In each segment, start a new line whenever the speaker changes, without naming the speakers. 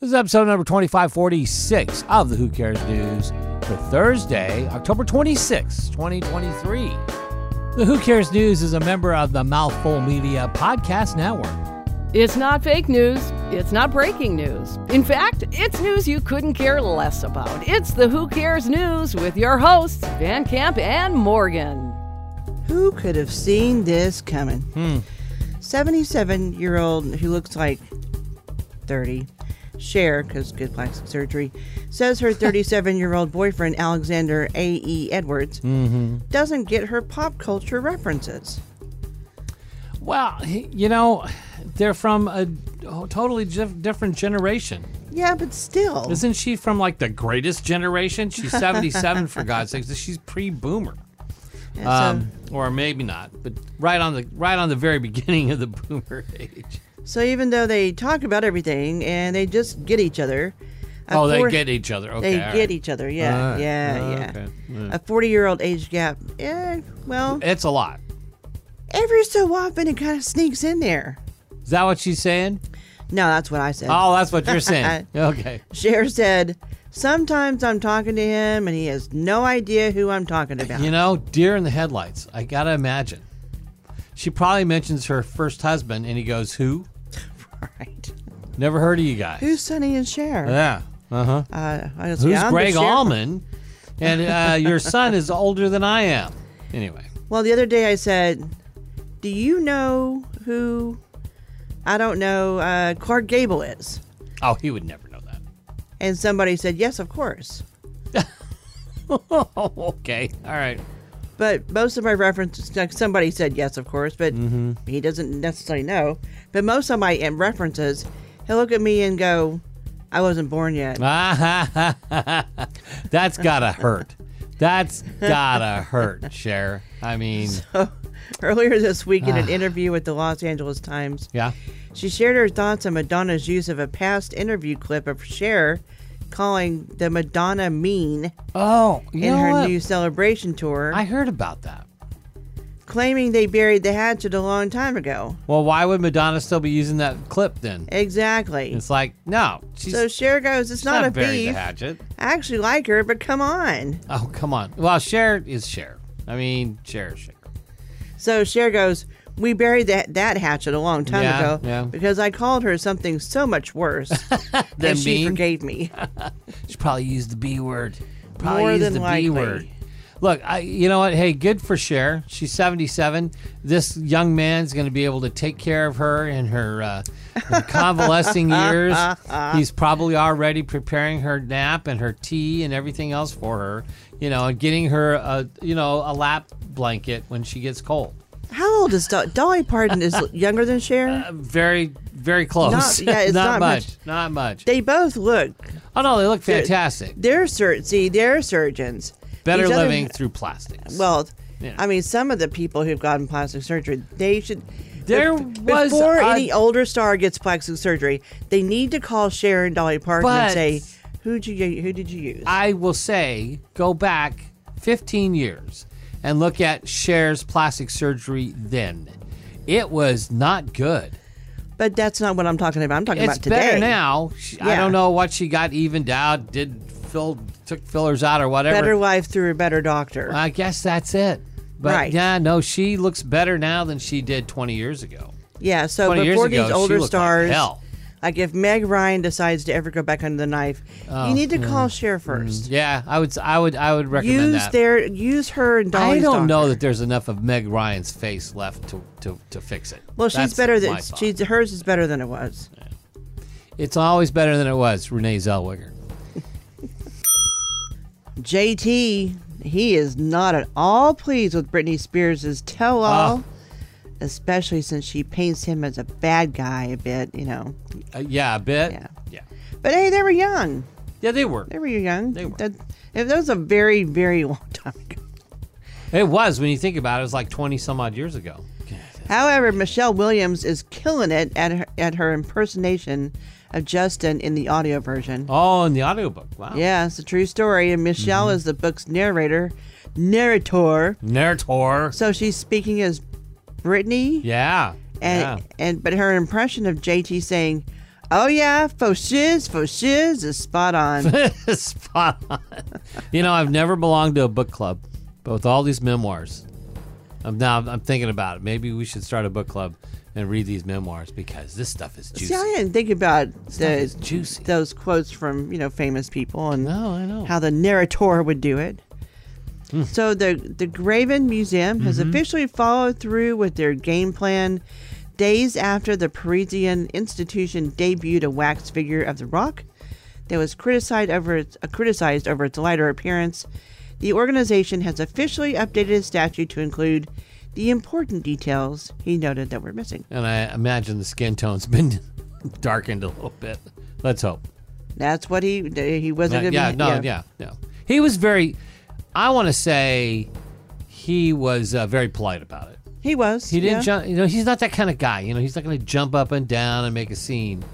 This is episode number 2546 of the Who Cares News for Thursday, October 26, 2023. The Who Cares News is a member of the Mouthful Media Podcast Network.
It's not fake news. It's not breaking news. In fact, it's news you couldn't care less about. It's the Who Cares News with your hosts, Van Camp and Morgan.
Who could have seen this coming?
Hmm.
77 year old who looks like 30, Cher, because good plastic surgery, says her 37 year old boyfriend, Alexander A.E. Edwards,
Mm-hmm.
doesn't get her pop culture references.
Well, you know, they're from a totally dif- different generation.
Yeah, but still.
Isn't she from like the greatest generation? She's 77 for God's sakes. She's pre-boomer.
Yeah, so,
Um, or maybe not, but right on the right on the very beginning of the boomer age.
so even though they talk about everything and they just get each other. a
Oh, they
four-
get each other. Okay,
They
all
get
right.
each other, yeah,
All right.
yeah,
Oh,
yeah.
okay.
A 40 year old age gap. Eh, well,
It's a lot.
every so often it kind of sneaks in there.
Is that what she's saying?
No, that's what I said.
Oh, that's what you're saying. Okay.
Cher said, Sometimes I'm talking to him and he has no idea who I'm talking about.
You know, deer in the headlights. I gotta imagine. She probably mentions her first husband, and he goes, "Who?
right.
Never heard of you guys."
Who's Sonny and Cher?
yeah. Uh huh.
Uh, I just-
Who's
yeah, I'm the
Greg
Cher.
Allman? And uh, your son is older than I am. Anyway.
Well, the other day I said, Do you know who, I don't know, uh, Clark Gable is?
Oh, he would never know that.
And somebody said, Yes, of course.
Oh, okay. All right.
But most of my references, like somebody said, Yes, of course, but
Mm-hmm.
he doesn't necessarily know. But most of my um, references, he'll look at me and go, I wasn't born yet.
Ah. That's gotta hurt. That's gotta hurt, Cher. I mean,
Earlier this week, in an interview with the Los Angeles Times,
Ah. yeah.
she shared her thoughts on Madonna's use of a past interview clip of Cher calling the Madonna mean
Oh, you
in
know
her
what?
new celebration tour,
I heard about that.
claiming they buried the hatchet a long time ago.
Well, why would Madonna still be using that clip then?
Exactly.
It's like, no, she's,
So Cher goes, It's
she's
not, a
buried the
beef. I
hatchet.
actually like her, but come on.
Oh, come on. Well, Cher is Cher. I mean, Cher is Cher.
So Cher goes, We buried that, that hatchet a long time
Yeah,
ago
yeah.
because I called her something so much worse.
Than
and she
mean?
forgave me.
She probably used the B word. Probably
More
used
than
the
likely.
B word. Look, I, you know what? Hey, good for Cher. She's 77. This young man's going to be able to take care of her in her, uh, her convalescing years. He's probably already preparing her nap and her tea and everything else for her. You know, and getting her a you know a lap blanket when she gets cold.
How old is Do- Dolly Parton? Is younger than Cher?
Uh, Very, very close.
Not- yeah, it's not much.
Not much.
They both look.
oh no, they look fantastic.
They're sur- see, they're surgeons.
Better
These other-
living through plastics.
well,
Yeah.
I mean, some of the people who've gotten plastic surgery, they should.
There
bef-
was
before
a-
any older star gets plastic surgery, they need to call Cher and Dolly Parton
But-
and say, "Who'd you? Who did you use?"
I will say, go back 15 years and look at Cher's plastic surgery then. It was not good.
but that's not what I'm talking about. I'm talking
It's
about today.
better now. She, I
Yeah.
don't know what she got evened out, did fill, took fillers out or whatever.
Better life through a better doctor.
I guess that's it. But
Right.
yeah, no, she looks better now than she did 20 years ago.
yeah. So
20 years
before
ago,
these
she
older
looked like
stars,
hell.
like if Meg Ryan decides to ever go back under the knife,
Oh,
you need to call Cher first.
Yeah, I would, s- I would, I would hmm. recommend
use
that.
their use her and
I
Dolly's
don't know
doctor.
that there's enough of Meg Ryan's face left to, to, to fix it.
Well, she's
That's
better than
my thought.
she's hers is better than it was.
It's always better than it was, Renee Zellweger.
JT, he is not at all pleased with Britney Spears' tell
Ah.
all, especially since she paints him as a bad guy a bit, you know.
Uh, yeah, a bit.
Yeah.
yeah.
But hey, they were young.
Yeah, they were.
They were young.
They were.
That, that was a very, very long time ago.
It was when you think about it. It was like twenty some odd years ago.
However, Michelle Williams is killing it at her, at her impersonation of Justin in the audio version.
Oh, in the audiobook. Wow. Mm-hmm.
Yeah, it's a true story, and Michelle is the book's narrator, narrator.
Narrator.
So she's speaking as Brittany,
Yeah.
and and but her impression of JT saying, Oh yeah, faux shiz, faux shiz is spot on.
Spot on. You know, I've never belonged to a book club, but with all these memoirs, I'm now I'm thinking about it. Maybe we should start a book club and read these memoirs because this stuff is juicy.
See, I didn't think about
is
the,
juicy.
those quotes from you know famous people and
no, I know.
how the narrator would do it.
Hmm.
So the the Graven Museum has
Mm-hmm.
officially followed through with their game plan. Days after the Parisian institution debuted a wax figure of the Rock that was criticized over its, uh, criticized over its lighter appearance, the organization has officially updated its statue to include the important details he noted that were missing.
and I imagine the skin tone's been darkened a little bit. Let's hope.
That's what he he wasn't.
Yeah,
gonna
yeah,
be,
no, yeah. no. He was very. I want to say he was uh, very polite about it.
He was.
He didn't
yeah.
jump. You know, he's not that kind of guy. You know, he's not going to jump up and down and make a scene.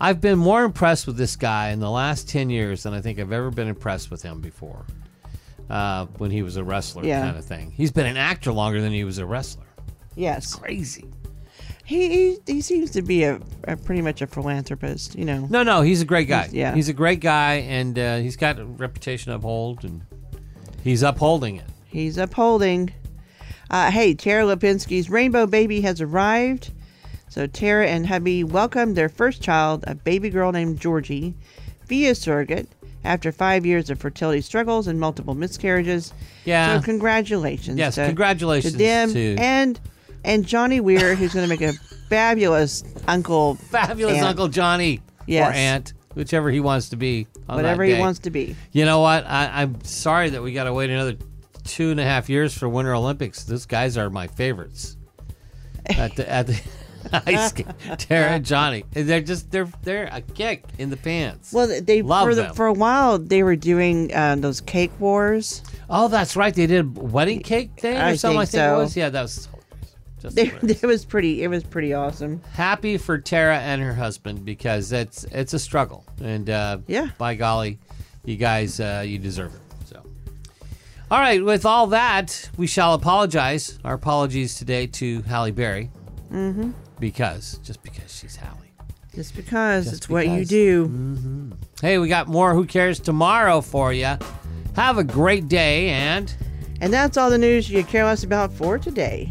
I've been more impressed with this guy in the last ten years than I think I've ever been impressed with him before. Uh, when he was a wrestler,
Yeah.
kind of thing. He's been an actor longer than he was a wrestler.
Yes,
Crazy.
he he, he seems to be a, a pretty much a philanthropist. You know.
No, no, he's a great guy.
He's- yeah.
he's a great guy, and uh, he's got a reputation to uphold, and he's upholding it.
He's upholding. Uh, hey, Tara Lipinski's rainbow baby has arrived. So Tara and hubby welcomed their first child, a baby girl named Georgie, via surrogate after five years of fertility struggles and multiple miscarriages.
Yeah.
So congratulations.
Yes,
to-
congratulations
to them
to-
and and Johnny Weir, who's going to make a fabulous uncle.
fabulous
aunt,
Uncle Johnny
Yes.
or aunt, whichever he wants to be. on that
whatever he
day.
wants to be.
You know what? I, I'm sorry that we got to wait another two and a half years for Winter Olympics. Those guys are my favorites. At the at the ice skate, Tara and Johnny, they're just they're they're a kick in the pants.
Well, they
Love
for,
them.
for a while they were doing uh, those cake wars.
oh, that's right, they did a wedding cake thing or
I
something.
think
I think
so.
it was. Yeah, that was just
They,
hilarious.
it was pretty. It was pretty awesome.
happy for Tara and her husband because it's it's a struggle, and uh,
Yeah.
by golly, you guys uh, you deserve it. So, all right, with all that, we shall apologize. Our apologies today to Halle Berry, mm-hmm. because just because she's Halle.
Just because it's what you
because.
do.
Hey, we got more. Who cares tomorrow for you? Have a great day and.
And that's all the news you could care less about for today.